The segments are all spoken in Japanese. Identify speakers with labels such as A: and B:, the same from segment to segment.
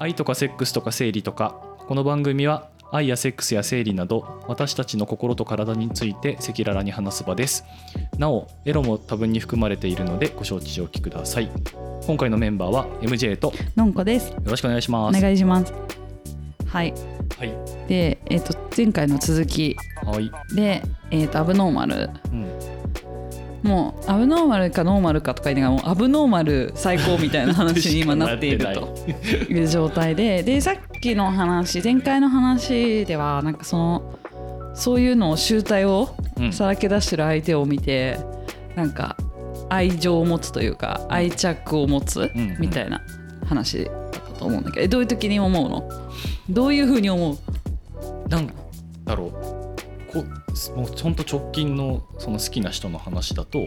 A: 愛とかセックスとか生理とかこの番組は愛やセックスや生理など私たちの心と体について赤裸々に話す場ですなおエロも多分に含まれているのでご承知おきください今回のメンバーは MJ とよ
B: のんこです。
A: ろしくお願いし
B: お
A: ます
B: 願いします。はい。
A: はい
B: で、えっ、と前回の続き
A: はい、
B: で、えっ、とアブノーマル、
A: うん、
B: もうアブノーマルかノーマルかとか言いながらもうアブノーマル最高みたいな話に今なっているという状態で、でさっきの話、前回の話ではなんかそのそういうのを集大を
A: うん
B: さらけ出してる相手を見て、なんか愛情を持つというか愛着を持つ
A: うんうん
B: みたいな話だったと思うんだけど、えどういう時に思うのどういうふうに思う
A: なんだろうこもうほんと直近のその好きな人の話だと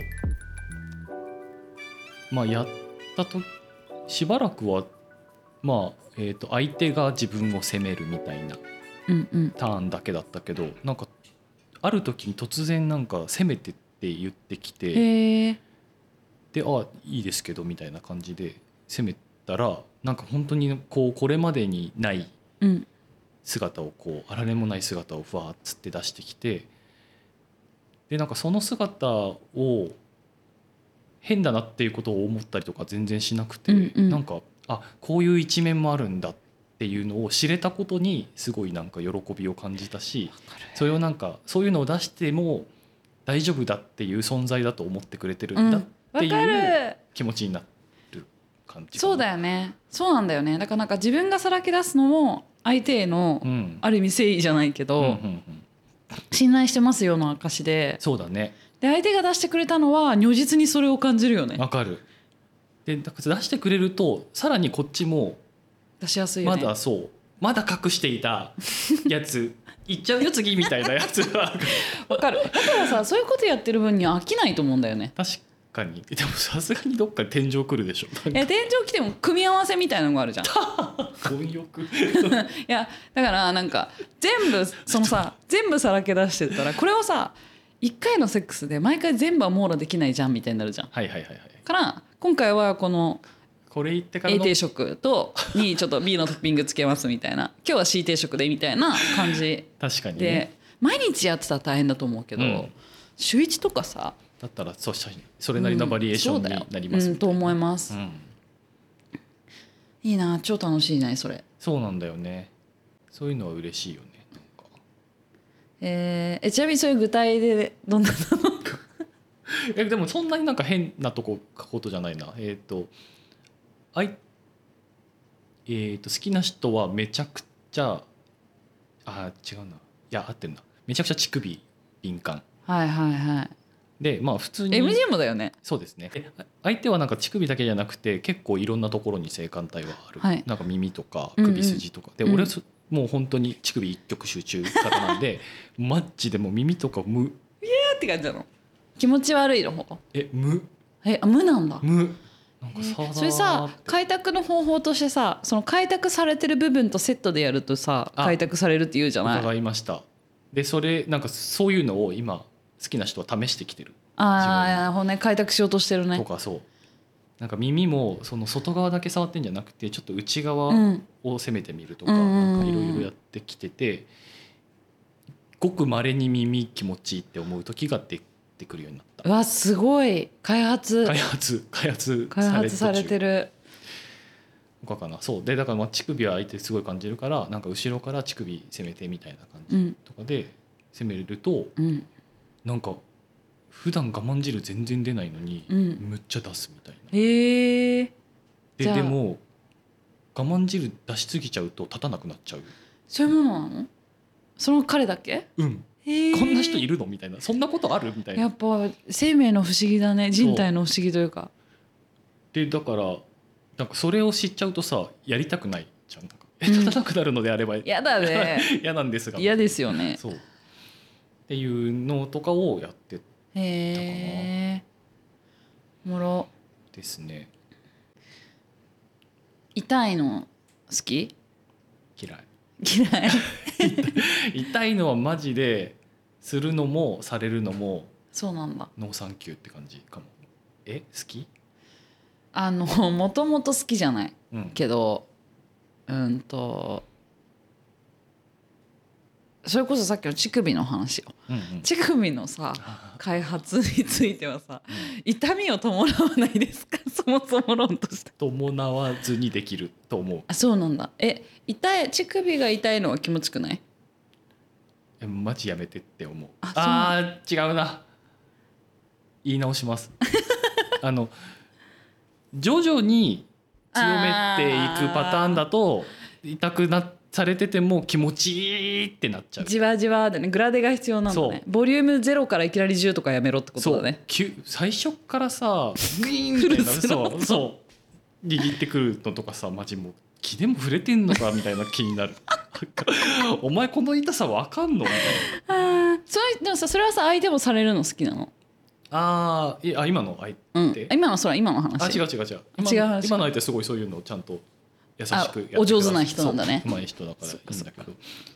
A: まあやったとしばらくはまあ、えー、と相手が自分を責めるみたいな
B: うんうん
A: ターンだけだったけどなんかある時に突然なんか責めてって言ってきて
B: へえ
A: であいいですけどみたいな感じで責めたらなんか本当にこうこれまでにない
B: うん
A: 姿をこうあられもない姿をふわーっつって出してきてでなんかその姿を変だなっていうことを思ったりとか全然しなくて、
B: うんうん
A: なんかあこういう一面もあるんだっていうのを知れたことにすごいなんか喜びを感じたしそれをなんかそういうのを出しても大丈夫だっていう存在だと思ってくれてる
B: うん
A: だっ
B: んわ
A: て
B: か
A: いう
B: る
A: 気持ちになる感じかな
B: そうだよねそうなんだよねだからなんか自分がさらけ出すのも相手への、
A: うん
B: ある意味誠意じゃないけど、
A: うんうんうん
B: 信頼してますよの証で
A: そうだね
B: で相手が出してくれたのは如実にそれを感じるよね
A: わかるでだから出してくれるとさらにこっちも
B: 出しやすいよ
A: ま
B: ね
A: だそうまだ隠していたやつ 行っちゃうよ次みたいなやつは
B: わかるだからさそういうことやってる分には飽きないと思うんだよね
A: 確かにでもさすがにどっかで天井来るでし ょなんか
B: え天井来ても組み合わせみたいなのがあるじゃんい
A: 貪欲
B: やだからなんか全部そのさ全部さらけ出してったらこれをさ1回のセックスで毎回全部は網羅できないじゃんみたいになるじゃん
A: はいはいはいはい
B: から今回はこの
A: これ言ってから
B: A
A: の
B: 定食とにちょっと B のトッピングつけますみたいな今日は C 定食でみたいな感じ
A: 確かにね
B: で毎日やってたら大変だと思うけど、
A: うん
B: 週1とかさ
A: だったらそうしたそれなりのバリエーションになります
B: うん
A: み
B: そうだようん
A: た
B: と
A: いな
B: 思います、
A: うん
B: いいな超楽しいねそれ
A: そうなんだよねそういうのは嬉しいよねなんか
B: えーえちなみにそういう具体でど んな
A: えでもそんなになんか変なとこ書くことじゃないなえっ、とあいえー、と好きな人はめちゃくちゃあー違うないや合ってんなめちゃくちゃ乳首敏感
B: はいはいはい
A: でまあ普通に
B: MG もだよね
A: そうですねえあ相手はなんか乳首だけじゃなくて結構いろんなところに性感帯はある、
B: はい
A: なんか耳とか
B: うんうん
A: 首筋とか、
B: うん
A: で俺はそもう本当に乳首一極集中型なん でマッチでもう耳とか無
B: って感じなの気持ち悪いの方
A: え無
B: えあ無なんだ
A: 無なんかさ、
B: えそれさ開拓の方法としてさその開拓されてる部分とセットでやるとさ
A: あ
B: 開拓されるって言うじゃない
A: 伺いましたでそれなんかそういうのを今好きな人は試してきてる
B: ああ
A: 自分の
B: なるほどね開拓しようとしてる
A: と
B: ね
A: かそうなんか耳もその外側だけ触ってんじゃなくてちょっと内
B: う
A: 側
B: ん
A: を攻めてみるとか
B: うん
A: なんかいろいろやってきててごくまれに耳気持ちいいって思う時が出てくるようになった
B: うわすごい開発
A: 開発開発
B: 開発されて
A: る
B: る
A: とかかなそうでだからまあ乳首は相手すごい感じるからなんか後ろから乳首攻めてみたいな感
B: う
A: じ
B: ん
A: とかで攻めると
B: うん
A: なんか普段我慢汁全然出ないのに、
B: うん
A: むっちゃ出すみたいな
B: へえー、じゃ
A: でで
B: あ
A: も我慢汁出しすぎちゃうと立たなくなっちゃう
B: そういうものなのその彼だけ
A: うん
B: へー
A: こんな人いるのみたいなそんなことあるみたい
B: や
A: な
B: っぱ生命の不思議だね人体の不思議というか
A: でだからなんかそれを知っちゃうとさやりたくないじゃんなんかえ
B: うん
A: 立たなくなるのであれば
B: 嫌だね
A: 嫌なんですが
B: 嫌ですよね
A: そうっていうのとかをやって
B: へえおもろ
A: ですね
B: 痛いの好き
A: 嫌い
B: 嫌い
A: 痛いのはマジでするのもされるのも
B: そうなんだ
A: ノーサンキューって感じかもえ好き
B: あのもともと好きじゃない
A: うん
B: けどうんとそれこそさっきの乳首の話よ
A: うんうん
B: 乳首のさ
A: あ
B: 開発についてはさ
A: うん
B: 痛みを伴わないですか そもそも論として
A: 伴わずにできると思う
B: あそうなんだえ痛い乳首が痛いのは気持ちよくない
A: えマジやめてって思う
B: あ
A: あー違うな言い直します あの徐々に強めていくパターンだと痛くなされてても気持ちいいってなっちゃう
B: じわじわでねグラデが必要なんだ
A: そう
B: ねボリューム0からいきなり10とかやめろってこと
A: そ
B: だ
A: う
B: ね
A: きゅ最初からさ グイーンってなる
B: フルスロッ
A: そうそう握ってくるのとかさマジもう気でも触れてんのかみたいな気になるお前この痛さわかんのみたいな
B: あーそれでもさそれはさ相手もされるの好きなの
A: あーいあ今の相手
B: うん
A: で
B: 今のそれは今の話
A: あ違う違う違う今
B: 違う
A: の
B: 話
A: 今の相手すごいそういうのをちゃんと優しくやってくださ
B: あお上手な人なんだね
A: そううまい人だからい
B: そっか
A: いん
B: そ
A: だ
B: っ
A: け
B: か
A: ど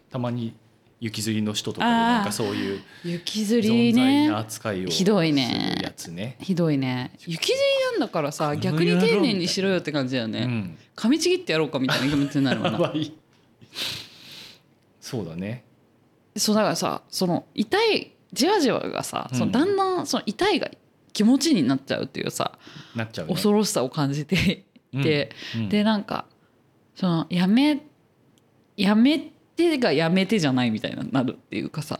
A: たまに雪吊りの人とかでなんかそういう
B: 雪吊
A: 存在
B: りね
A: な扱いをす
B: ひ
A: る
B: どいね
A: やつね
B: ひどいね雪吊りなんだから
A: こ
B: さ
A: の
B: 逆に丁寧にしろよって感じだよ
A: う
B: ね、
A: ん
B: 噛みちぎってやろうかみたいな気持ちにな
A: や
B: るわな
A: ばいそうだね
B: そうだからさその痛いじわじわがさ
A: うん
B: そのだんだんその痛いが気持ちになっちゃうっていうさ、
A: なっちゃうね
B: 恐ろしさを感じていて、
A: うんうん
B: でなんかそのやめやめてがやめてじゃないみたいになるっていうかさ、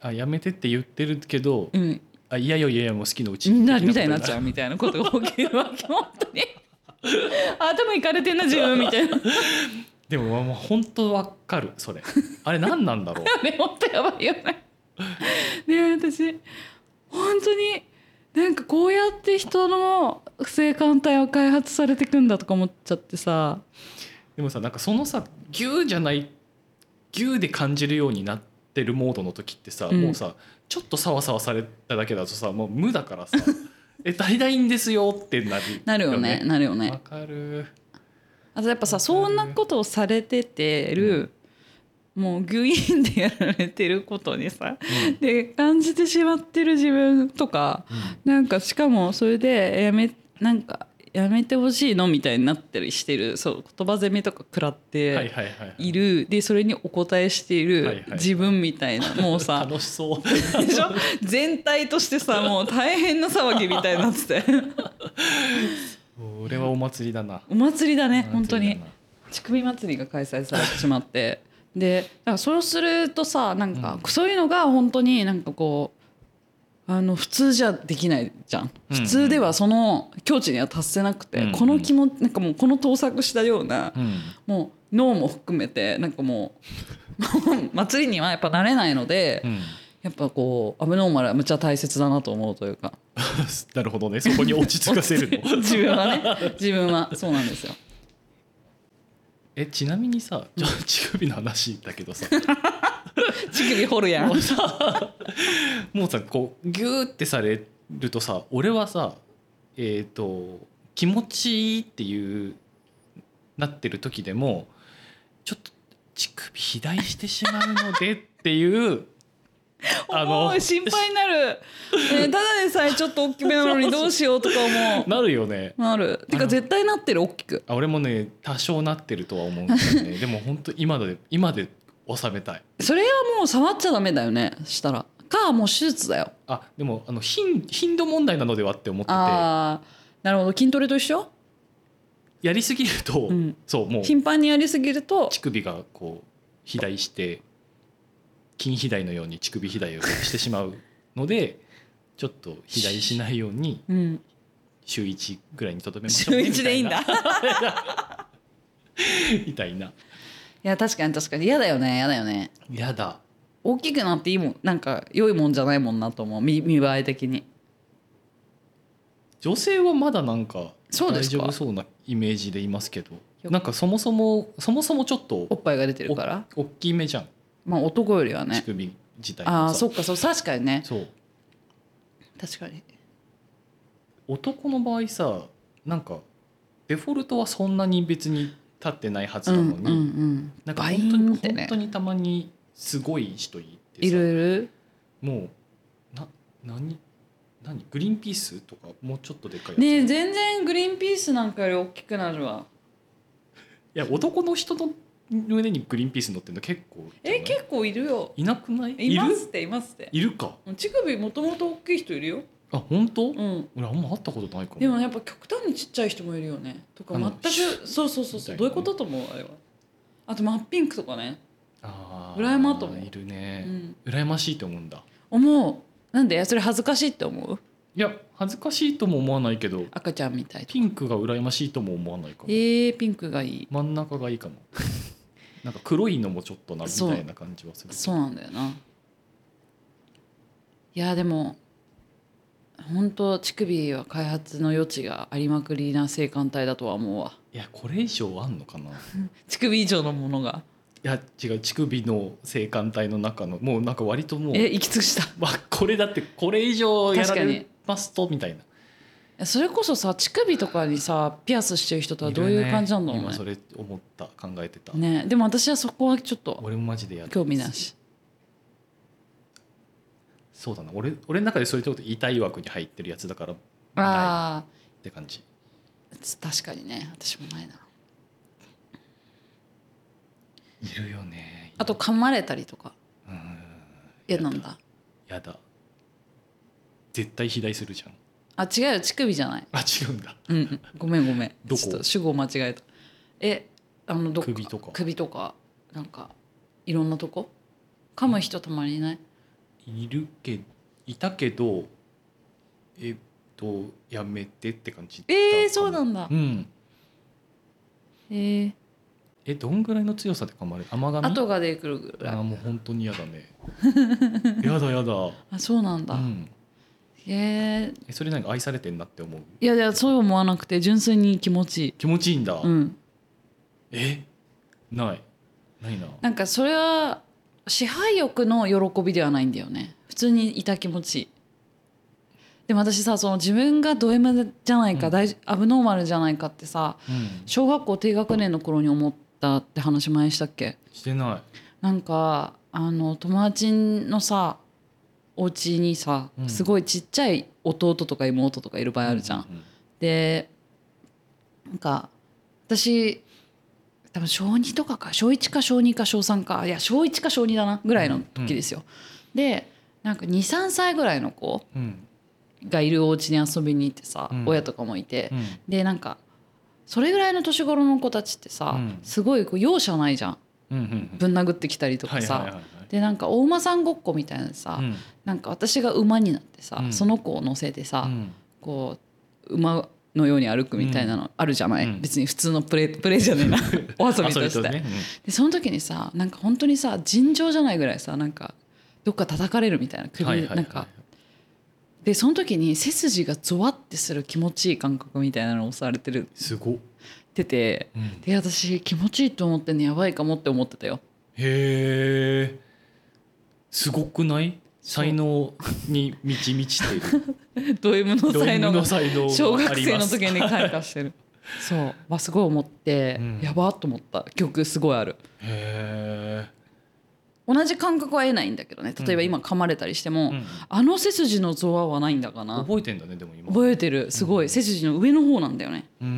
A: あやめてって言ってるけど
B: うん、
A: あいやよいやいやもう好きのうち
B: みんなみたいになっちゃ
A: う
B: うみたいなことが起きるわけ本当 にあ頭いかれてんな自分みたいな
A: でももう本当わか るそれあれ何なんだろう
B: ね本当やばいよね。ね私本当になんかこうやって人の不正艦隊は開発されてくんだとか思っちゃってさ
A: でもさなんかそのさギューじゃないギューで感じるようになってるモードの時ってさ、
B: うん
A: もうさちょっとさわさわされただけだとさもう無だからさ「え足りないんですよ」ってなる
B: なるよねなるよ
A: わ
B: ね。
A: かる
B: あとやっぱさそんなことをされててる、もうグイーンでやられてることにさ
A: うん
B: で感じてしまってる自分とかなんかしかもそれでやめなんかやめてほしいのみたいになったりしてるそう言葉攻めとか食らっ
A: うん
B: て、
A: はいはいはい
B: いるでそれにお答えしてい
A: はいはい
B: る自分みたいな、も うさ
A: 楽しそう
B: でしょ全体としてさもう大変な騒ぎみたいになってて
A: 俺はお祭りだな
B: お祭りだね
A: お祭りだな
B: 本当に乳首祭りが開催されてしまってでだからそうするとさなんか、そういうのが本当になんかこうあの普通じゃできないじゃん
A: うん
B: 普通ではその境地には達せなくて、
A: うん
B: この気もなんかもうこの盗作したような
A: うん
B: もう脳も含めてなんかもう もう祭りにはやっぱ慣れないので、
A: うん
B: やっぱこうアブノーマルはむっちゃ大切だなと思うというか
A: なるほどねそこに落ち着かせるの
B: 自分はね 自分はそうなんですよ
A: えちなみにさ ちょ乳首の話だけどさ
B: 乳首掘るやん
A: もうさ もうさこうギューってされるとさ俺はさえっ、と気持ちいいっていうなってる時でもちょっと乳首肥大してしまうのでっていう あの
B: 思う心配になる、ねただでさえちょっと大きめなのにどうしようとか 思
A: なるよね
B: うなるて
A: あ
B: か
A: の
B: 絶対なってる大きく
A: あ俺もね多少なってるとは思うんだよ ねでも本当今で今で収めたい
B: それはもう触っちゃダメだよねしたらかもう手術だよ
A: あでもあの頻頻度問題なのではって思ってて
B: あーなるほど筋トレと一緒
A: やりすぎると、
B: うん
A: そうもう
B: 頻繁にやりすぎると
A: 乳首がこう肥大して筋肥大のように乳首肥大をしてしまうの でちょっと肥大しないように
B: うん
A: 週1ぐらいにとどめましょう
B: 週
A: ね
B: 一でいいんだ
A: みたいない
B: や確かに確かに嫌だよね嫌だよね
A: やだ
B: 大きくなっていいもんなんか良いもんじゃないもんなと思う見見栄え的に
A: 女性はまだなんか
B: そう
A: 大
B: です
A: 丈
B: か
A: 夫そうなイメージでいますけど
B: よ
A: なんかそもそもそもそもちょっと
B: おっぱいが出てるから
A: 大きめじゃん
B: まあ男よりは
A: 乳
B: ね
A: 首自体
B: あ
A: が
B: あそ
A: さ
B: っかそう確かにね
A: そう
B: 確かに
A: 男の場合さなんかデフォルトはそんなに別に立ってないはず
B: う
A: なん
B: う
A: の
B: ん
A: に、
B: うん
A: なんか
B: バ
A: 本
B: イ
A: 当
B: ン
A: に、
B: ってね
A: 本当にたまにすごい人いてさ
B: いるいる
A: もうな何何グリーンピースとかもうちょっとでかいやつ
B: ねえ全然グリーンピースなんかより大きくなるわ
A: いや男の人の胸にグリーンピース乗ってるの結構じゃない
B: え結構いるよ
A: いなくないいる
B: いますっていますって
A: いるか
B: 乳首もともと大きい人いるよ、
A: あ本当、
B: うん、
A: 俺あんま会ったことないかも
B: でもやっぱ極端にちっちゃい人もいるよねとか
A: あの
B: 全くそうそうそ
A: みた
B: うそ
A: いうな
B: どういうことと思うあれはあと真っピンクとかね、
A: あー
B: 羨まと思う
A: いる
B: う
A: ね、
B: ん、
A: 羨ましいと思うんだ
B: 思うなんでそれ恥ずかしいって思う
A: いや恥ずかしいとも思わないけど
B: 赤ちゃんみたいと
A: ピンクが羨ましいとも思わないかも
B: えー、ピンクがいい
A: 真ん中がいい かもなんか黒いのもちょっとなみたいな感じはする
B: そうなんだよないやでも本当乳首は開発の余地がありまくりな性感帯だとは思うわ
A: いやこれ以上あんのかない
B: 乳首以上のものが
A: や違う乳首の性感帯の中のもうなんか割ともう
B: え息つしたい
A: まあ、これだってこれ以上やら
B: 確か
A: れ
B: に
A: ますとみたいな
B: やそれこそさ乳首とかにさピアスしてる人とはどう
A: る
B: い
A: ね
B: う感じなんだろう
A: 今
B: ね
A: それ思った考えてた、
B: ねでも私はそこはちょっと
A: 俺もマジでやる
B: 興味なし
A: そうだな俺俺の中でそういうとこって痛い枠に入ってるやつだからっ
B: あ
A: て感じ
B: ー確かにね私もないない
A: るよね
B: あと噛まれたりとか
A: うん
B: 嫌なんだ
A: やだ絶対肥大するじゃん
B: あ違うよ乳首じゃない
A: あ違うんだ
B: うん、ごめんごめん。
A: どこ
B: ちょっと主語間違えた。え、あのどっ
A: 首とか
B: 首とかなんかいろんなとこ噛む人たまにいない。
A: いるけいたけどえっとやめてって感じだったかも
B: えー、そうなんだ
A: う。ん
B: えー、
A: えどんぐらいの強さで噛まれる甘噛み
B: 後が出てくるぐ
A: あ
B: らい。
A: ーもう本当に嫌だ ねやだやだ、
B: あ、そうなんだ。
A: うん、
B: えー、
A: えそれなんか愛されてんなって思う
B: いやいやそう思わなくて純粋に気持ちいい。
A: 気持ちいいんだ、
B: うん。
A: えないないな
B: なんかそれは支配欲の喜びではないんだよね普通にいた気持ちいいでも私さその自分がド M じゃないか、
A: うん
B: 大アブノーマルじゃないかってさ
A: うん
B: 小学校低学年の頃に思ったって話前にしたっけ
A: してな
B: なんかあの友達のさお家にさ
A: うん
B: すごいちっちゃい弟とか妹とかいる場
A: い
B: 合あるじゃん、
A: うん
B: でなんか私多分小2とかか小1か小2か小3かいや小1か小2だなぐらいの時ですよ、でなんか23歳ぐらいの子
A: うん
B: がいるお家に遊びに行ってさ、
A: うん
B: 親とかもいて、
A: うん
B: でなんかそれぐらいの年頃の子たちってさ、
A: うん
B: すごいこう容赦ないじゃん
A: うんうん
B: ぶん殴ってきたりとかさ、
A: はいはいはいはい
B: でなんかお馬さんごっこみたいなさ、
A: うん
B: なんか私が馬になってさ、
A: うん
B: その子を乗せてさ、
A: うん
B: こう馬のように歩くみたいなのあるじゃない、
A: うん
B: 別に普通のプレイプレイじゃね えなお遊びとして、
A: 遊びね
B: でその時にさなんか本当にさ尋常じゃないぐらいさなんかどっか叩かれるみたいな
A: うん
B: 首、
A: はいはいはい
B: なんかでその時に背筋がゾワってする気持ちいい感覚みたいなのをされてる
A: すごっ、
B: てて
A: うんへ
B: で私気持ちいいと思ってんのやばいかもって思ってたよ
A: えすごくない才能に満ち満ちてい る
B: ド M の
A: ド
B: 才
A: M
B: 能が
A: の才能
B: 小
A: があ
B: 学
A: り
B: 生
A: ま
B: の
A: す
B: 時に開 花してるそう、まあ、すごい思って、
A: うん
B: やばっと思った曲すごいある
A: へ
B: 同じ感覚は得ないんだけどね例えば今噛まれたりしても、
A: え、うん
B: あの背筋のゾワはないんだかな
A: 覚えてんだねでも今
B: 覚えてるすごい、背筋の上の方なんだよね
A: うー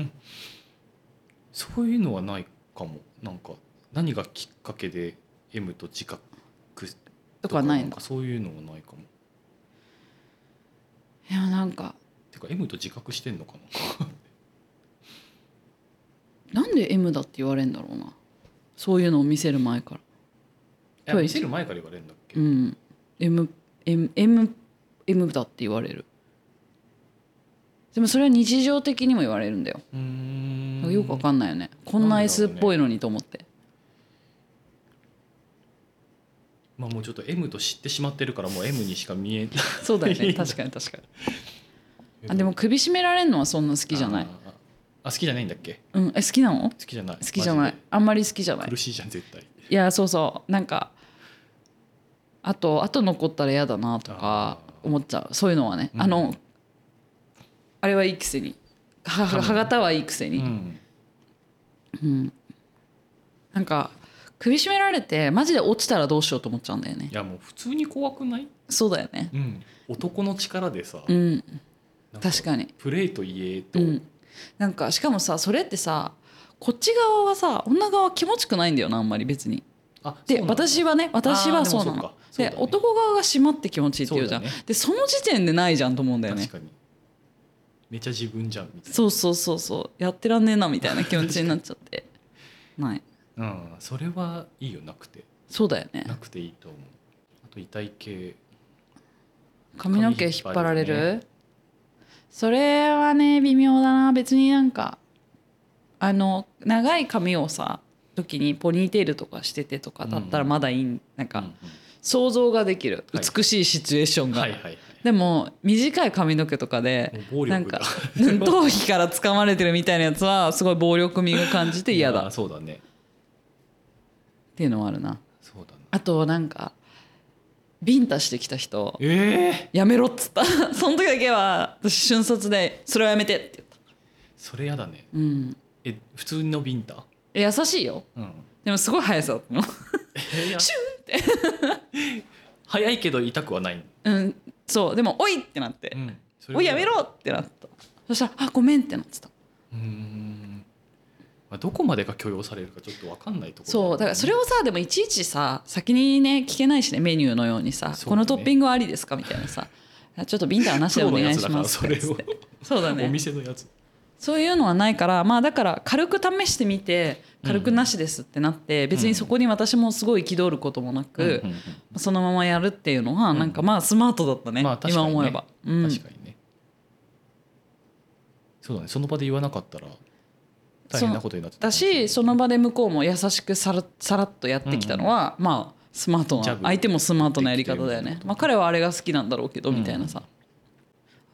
A: んそういうのはないかもなんか何がきっかけで M と自覚
B: とかないんだ
A: かそういうのはないかも
B: いやなんか
A: てか M と自覚してんのか
B: なんで M だって言われるんだろうなそういうのを見せる前か
A: な
B: ら
A: いや見せる前から言われるんだっけ、
B: うん、M, M, M, M だって言われるでもそれは日常的にも言われるんだよ、
A: うーん
B: よくわかんないよねこん
A: なんだろう
B: な
A: ね
B: S っぽいのにと思って、
A: まあもうちょっと M と知ってしまってるからもう M にしか見えない
B: そうだよ
A: い
B: ね
A: いな
B: 確かに確かにあでも首絞められるのはそんな好きじゃない
A: ああ好きじゃないんだっけ
B: うんえ好きなの
A: 好きじゃない
B: 好きじゃな
A: マ
B: いあんまり好きじゃな
A: ジで苦
B: い
A: しいじゃん絶対
B: いやそうそうなんかあとあと残ったら嫌だなとか
A: あー
B: 思っちゃうそういうのはね、
A: うん
B: あのあれはいいくせには
A: 噛む
B: 歯型はいいくせ
A: う
B: に、
A: ん
B: なんか首絞められてマジで落ちたらどうしようと思っちゃうんだよね
A: いやもう普通に怖くない、
B: そうだよね
A: うん、男の力でさ、
B: うん
A: なん
B: 確かに
A: プレーと言えと、
B: うんなんかしかもさそれってさこっち側はさ女側は気持ちくないんだよなあんまり別に。
A: あ
B: で私はね私はそうなの。で男側が締まって気持ちいいって言うじゃん。
A: そうだ
B: でその時点でないじゃんと思うんだよね
A: 確。かにめちゃ自分じゃんみたい
B: そうそうそうそうやってらんねえなみたいな気持ちになっちゃって。ない。
A: なうんそれはいいよなくて
B: そうだよね。
A: なくていいと思うあと遺体系
B: 髪の毛引っ張られ
A: 髪引
B: るそれはね微妙だな別になんかあの長い髪をさ時にポニーテールとかしててとかだったら
A: うん
B: まだいい、なんか
A: うんうん
B: 想像ができる
A: はい
B: 美しいシチュエーションが、
A: はいはいはい
B: でも短い髪の毛とかで
A: もう暴
B: なん
A: 力
B: か
A: だ
B: 頭皮から掴まれてるみたいなやつはすごい暴力味が感じて嫌
A: い
B: だ
A: や
B: っ
A: そうだね
B: ていうのはあるな
A: そうだな
B: あとなんかビンタしてきた人
A: ええ
B: やめろっつった その時だけは私瞬殺でそれはやめてって言った
A: それやだね
B: うん
A: え普通のビンタ
B: え優しいよ
A: うん
B: でもすごい速さだったの
A: シュンって 早いけど痛くはない、
B: うんそうでも「おい!」ってなって
A: うんそ
B: 「
A: れ
B: おいやめろ!」ってなったそしたら「あごめん」ってなってた
A: うーん、まあ、どこまでが許容されるかちょっと分かんないところ
B: そうだからそれ
A: を
B: をさでもいちいちさ先にね聞けないしねメニューのようにさ、
A: そうだね
B: このトッピングはありですかみたいなさあちょっとビンタはなしでお願いします
A: それを、
B: そうだ
A: お
B: ね
A: 店のやつ
B: そういうのはないからまあだから軽く試してみて軽くなしですってなって、別にそこに私もすごい憤ることもなく、
A: うんうん
B: そのままやるっていうのはなんかまあスマートだったね、
A: まあ確か
B: 今
A: にね
B: 思えば、う
A: うんん、確かにねそうだねその場で言わなかったら大変なことになって
B: だしその場で向こうも優しくさらさらっとやってきたのは、まあスマート
A: ジャ
B: な
A: ブ
B: 相手もスマートなやり方だ
A: でき
B: よ
A: てるみたいな
B: ね
A: こ、と
B: まあ、彼はあれが好きなんだろうけどみたいなさ、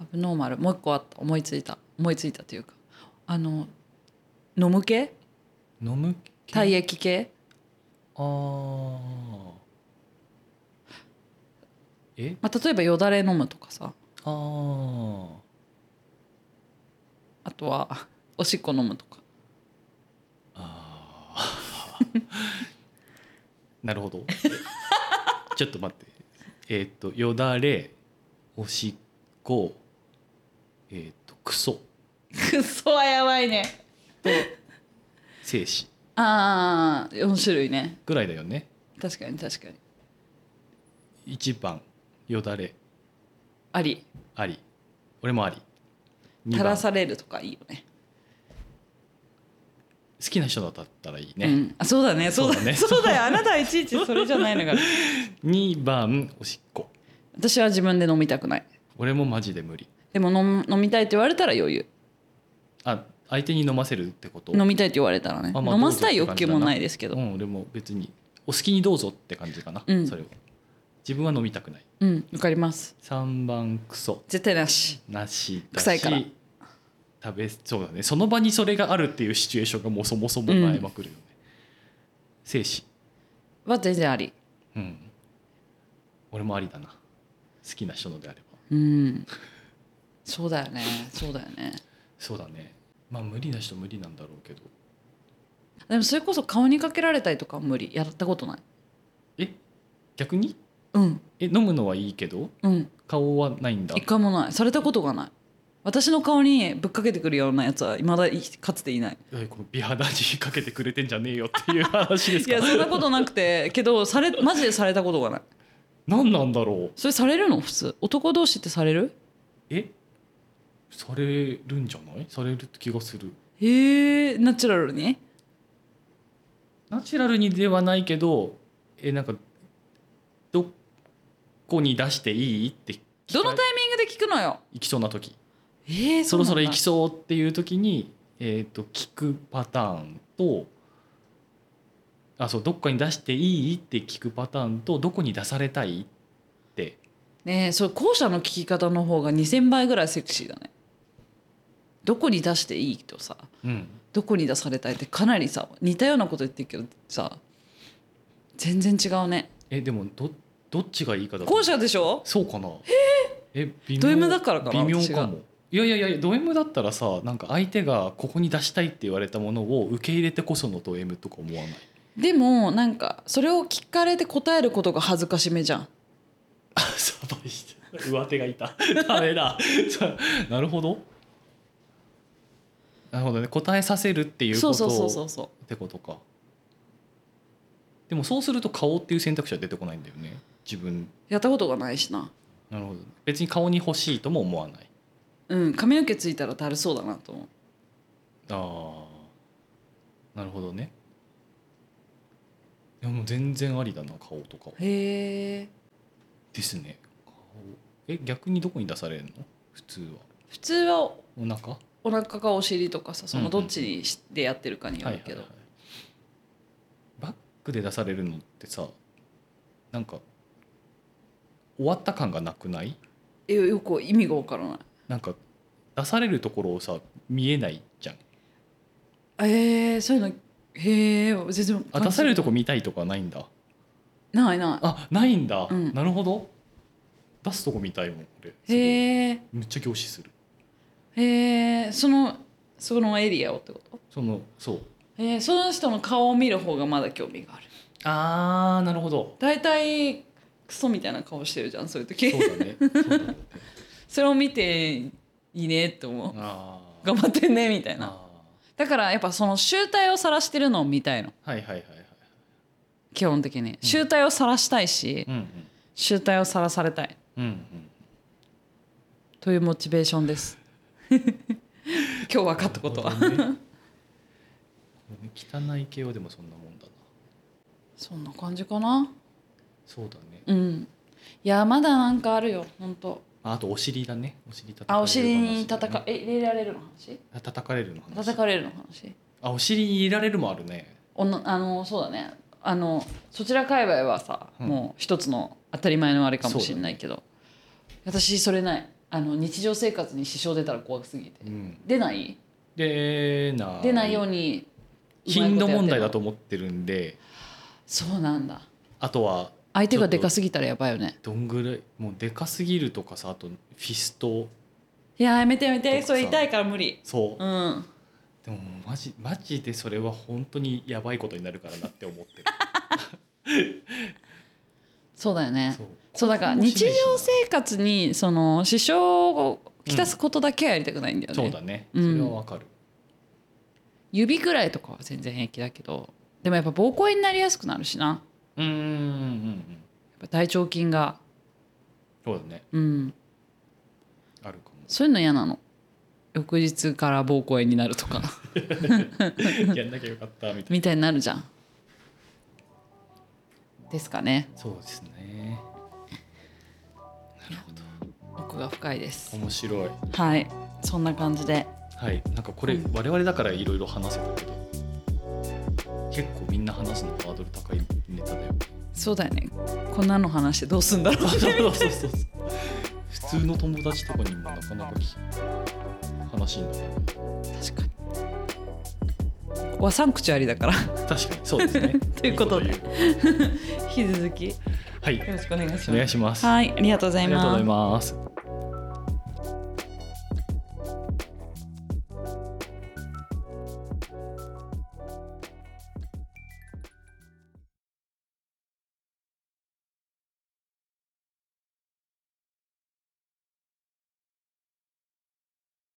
B: アブノーマルもう一個あった思いついた思いついたというかあの飲む系
A: 飲む系
B: 体液系
A: あーえ
B: まあ、例えばよだれ飲むとかさ
A: あー
B: あとはおしっこ飲むとか
A: あー なるほど ちょっと待ってえーっ、とよだれおしっこえーっ、とクソ
B: くそはやばいね
A: 精子
B: ああ4種類ね
A: ぐらいだよね
B: 確かに確かに
A: 1番よだれ
B: あり
A: あり俺もあり2
B: 垂
A: 番
B: ら
A: 好
B: されるとかいいよね
A: きな人だったらいいね、
B: うん、あそうだねそうだね
A: そうだね
B: そうだよあなたはいちいちそれじゃないのが
A: 2番おしっこ
B: 私は自分で飲みたくない
A: 俺もマジで無理
B: でも飲む飲みたいって言われたら余裕
A: あ相手に飲ませるってこと
B: 飲みたいって言われたらね、
A: あまあ
B: 飲ませたい
A: どうぞ
B: 欲
A: って感じだ
B: 求
A: な
B: もないですけど、
A: うん、俺も別にお好きにどうぞって感じかな、
B: うん
A: それは自分は飲みたくない
B: うんわかります
A: 3番クソ
B: 絶対なし
A: なしだし
B: 臭いから
A: 食べそうだねその場にそれがあるっていうシチュエーションがもそもそも前まくるよね、精子
B: は全然あり
A: うん俺もありだな好きな人のであれば
B: うんそうだよねそうだよね
A: そうだねまあ無理な人無理なんだろうけど
B: でもそれこそ顔にかけられたりとかは無理やったことない
A: え逆に
B: うん
A: え飲むのはいいけど
B: うん
A: 顔はないんだ
B: 一回もないされたことがない私の顔にぶっかけてくるようなやつはいまだいかつていない
A: えこの美肌にかけてくれてんじゃねえよっていう話です
B: い
A: か
B: やそんなことなくてけどされマジでされたことがない
A: 何なんだろう
B: それされるの普通男同士ってされる
A: えされるんじゃないされる気がする
B: へえナチュラルに
A: ナチュラルにではないけどえなんかどこに出していいって
B: どのタイミングで聞くのよ
A: 行きそうな時
B: えー、
A: そろそろ行きそ
B: そ
A: うっていう時に、えー、と聞くパターンとあそうどこかに出していいって聞くパターンとどこに出されたいって
B: うなんだねえそう後者の聞き方の方が2000倍ぐらいセクシーだねどこに出していいとさ
A: うん
B: どこに出されたいってかなりさ似たようなこと言ってるけどさ全然違うね
A: えでもどどっちがいいかだと
B: 後者でしょ
A: そうかなえ微妙
B: ド M だからかな
A: 微妙
B: 私
A: か
B: が
A: もいやいやいやド M だったらさなんか相手がここに出したいって言われたものを受け入れてこそのド M とか 思わない
B: でもなんかそれを聞かれて答えることが恥ずかしめじゃん
A: あサバイ して上手がいたダメださなるほどなるほどね答えさせるっていう
B: そ
A: こ
B: うそ
A: と
B: うそうそ
A: を
B: うそ
A: ってことかでもそうすると顔っていう選択肢は出てこないんだよね自分
B: うやったことがないしな
A: なるほど別に顔に欲しいとも思わない
B: うん髪の毛ついたらだるそうだなと思う
A: ああなるほどねいやもう全然ありだな顔とか
B: へえ
A: ですね顔え逆にどこに出されるの普通は
B: 普通は
A: お腹
B: お腹かお尻とかさそ
A: うんう
B: の
A: ん
B: どっちにしでやってるかによ
A: はい
B: る
A: はい
B: けど、
A: はい、バックで出されるのってさなんか終わった感がなくない
B: えよく意味がわからない
A: なんか出されるところをさ見えないじゃん
B: えー、そういうのへえ全然
A: あ出されるとこ見たいとかないんだ
B: ないな
A: あないんだ、
B: うん
A: なるほど出すとこ見たいもん俺すご
B: い
A: い
B: へえ
A: めっちゃ凝視する
B: へえそのそのエリアをってこと
A: そのそう
B: えー、その人の顔を見る方がまだ興味がある
A: あーなるほど
B: 大体クソみたいな顔してるじゃんそういう時
A: そうだねそうだね
B: それを見ていいねって思う
A: あー
B: 頑張ってんねみたいな
A: あ
B: だからやっぱその集大を晒してるのを見たいの
A: ーはいはいはいはい
B: 基本的に集大を晒したいし、
A: うん
B: 集大を晒されたい
A: うんうんうん
B: というモチベーションです 今日分かったことは、
A: なるほどね汚い系はでもそんなもんだな
B: そんな感じかな
A: そうだね
B: うんいやまだなんかあるよ本当
A: ああとお尻だねお尻叩かれる話
B: あお尻に叩
A: だ
B: か
A: ね
B: え入れられるの話
A: あ叩かれるの話
B: 叩かれるの話
A: あお尻に入れられるもあるね
B: 女あのそうだねあのそちら界隈はさ、
A: うん
B: もう一つの当たり前のあれかもしれないけど、私それないあの日常生活に支障出たら怖すぎて
A: うん
B: 出ない
A: 出ない
B: 出ないように
A: 頻度問題だと
B: うまいことやってる
A: 思ってるんで
B: そうなんだ
A: あとは
B: 相手がでかすぎたらやばいよね
A: どんぐらいもうでかすぎるとかさあとフィスト
B: いややめてやめ
A: ちょってと
B: それ痛いから無理
A: そう
B: う、ん
A: でももうマジマジでそれは本当にやばいことになるからなって思ってる
B: そうだよね
A: そう
B: そうだから
A: これも
B: 日
A: しな
B: 常
A: いしな
B: 生活にその支障をきたすことだけはやりたくないんだよね、
A: そうだねそ
B: うん
A: れはわかる、
B: 指ぐらいとかは全然平気だけどでもやっぱ膀胱炎になりやすくなるしな
A: うん、うんうんうん
B: やっぱ大腸菌が
A: そうだね
B: うん
A: あるかも
B: そういうの嫌なの翌日から膀胱炎になる とか
A: やんなきゃよかったみたいな
B: みたいになるじゃんですかね
A: そうですねなるほど
B: 奥が深いです
A: 面白い
B: はいそんな感じで
A: はいなんかこれ我々だからいろいろ話せたけど結構みんな話すのハードル高いネタだよ
B: そうだよねこんなの話してどうすんだろう
A: そうそうそう普通の友達とかにもなかなかき話にならない
B: 確かにここは3口ありだから
A: 確かにそうですね
B: ということ
A: い
B: で
A: い言う
B: 引き続きよ
A: はい
B: ろしくお願いします
A: お願いします
B: はいありがとうござ
A: あ
B: い
A: りがとうご
B: ま
A: ざ
B: す
A: います